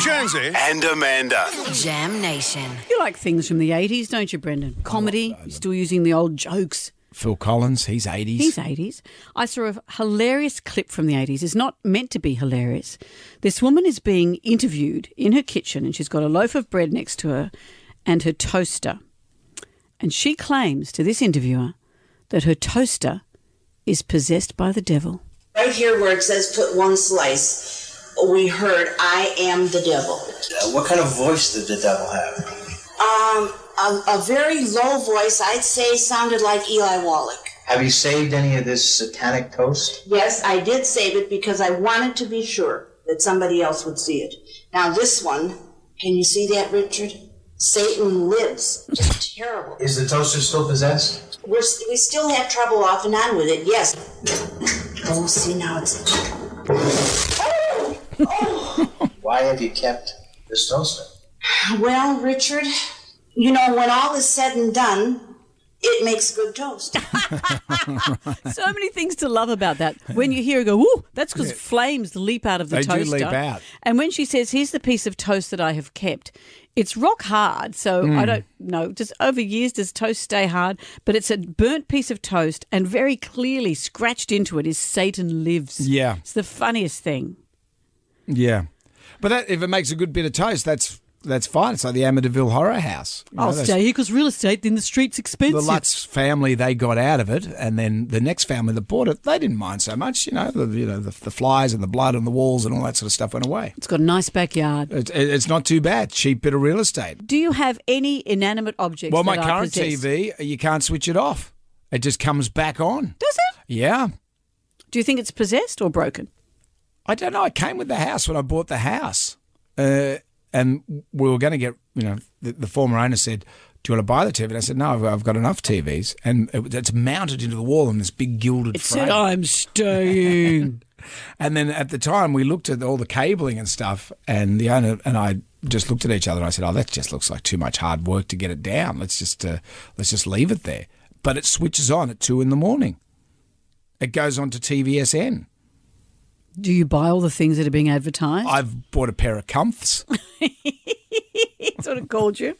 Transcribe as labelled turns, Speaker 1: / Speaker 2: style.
Speaker 1: Jonesy.
Speaker 2: and Amanda.
Speaker 3: Jam Nation.
Speaker 4: You like things from the 80s, don't you, Brendan? Comedy, you're still using the old jokes.
Speaker 1: Phil Collins, he's 80s.
Speaker 4: He's 80s. I saw a hilarious clip from the 80s. It's not meant to be hilarious. This woman is being interviewed in her kitchen and she's got a loaf of bread next to her and her toaster. And she claims to this interviewer that her toaster is possessed by the devil.
Speaker 5: Right here where it says put one slice, we heard, I am the devil.
Speaker 6: Uh, what kind of voice did the devil have?
Speaker 5: Um, a, a very low voice, I'd say sounded like Eli Wallach.
Speaker 6: Have you saved any of this satanic toast?
Speaker 5: Yes, I did save it because I wanted to be sure that somebody else would see it. Now this one, can you see that, Richard? Satan lives. Just terrible.
Speaker 6: Is the toaster still possessed?
Speaker 5: We're, st- we still have trouble off and on with it, yes. Oh, see, now it's.
Speaker 6: Why have you kept this toaster?
Speaker 5: Well, Richard, you know, when all is said and done, it makes good toast.
Speaker 4: So many things to love about that. When you hear her go, ooh, that's because flames leap out of the
Speaker 1: They do
Speaker 4: toaster.
Speaker 1: leap out.
Speaker 4: And when she says, here's the piece of toast that I have kept, it's rock hard. So
Speaker 1: Mm.
Speaker 4: I don't know, just over years, does toast stay hard? But it's a burnt piece of toast, and very clearly scratched into it is Satan lives.
Speaker 1: Yeah.
Speaker 4: It's the funniest thing.
Speaker 1: Yeah. But that, if it makes a good bit of toast, that's that's fine. It's like the Amityville Horror House. You know,
Speaker 4: I'll
Speaker 1: that's-
Speaker 4: stay here because real estate in the street's
Speaker 1: The
Speaker 4: expensive.
Speaker 1: Lutz family, they got out of it, and then the next family that bought it, they didn't mind so much. You know, the, you know the, the flies and the blood on the walls and all that sort of stuff went away.
Speaker 4: it's got a nice backyard.
Speaker 1: It's, it's not too bad. Cheap bit of real estate.
Speaker 4: Do you have any inanimate objects?
Speaker 1: Well, my
Speaker 4: that I
Speaker 1: current
Speaker 4: possess?
Speaker 1: TV, you can't switch it off. It just comes back on.
Speaker 4: Does it?
Speaker 1: Yeah.
Speaker 4: Do you think it's possessed or broken?
Speaker 1: I don't know. I came with the house when I bought the house, uh, and we were going to get. You know, the, the former owner said, "Do you want to buy the TV?" And I said, "No, I've, I've got enough TVs." And it, it's mounted into the wall in this big gilded
Speaker 4: It
Speaker 1: frame.
Speaker 4: said, I'm staying.
Speaker 1: And then at the time, we looked at all the cabling and stuff, and the owner and I just looked at each other, and I said, "Oh, that just looks like too much hard work to get it down. Let's just uh, let's just leave it there." But it switches on at two in the morning. It goes on to TVSN.
Speaker 4: Do you buy all the things that are being advertised?
Speaker 1: I've bought a pair of comfs.
Speaker 4: sort of called you.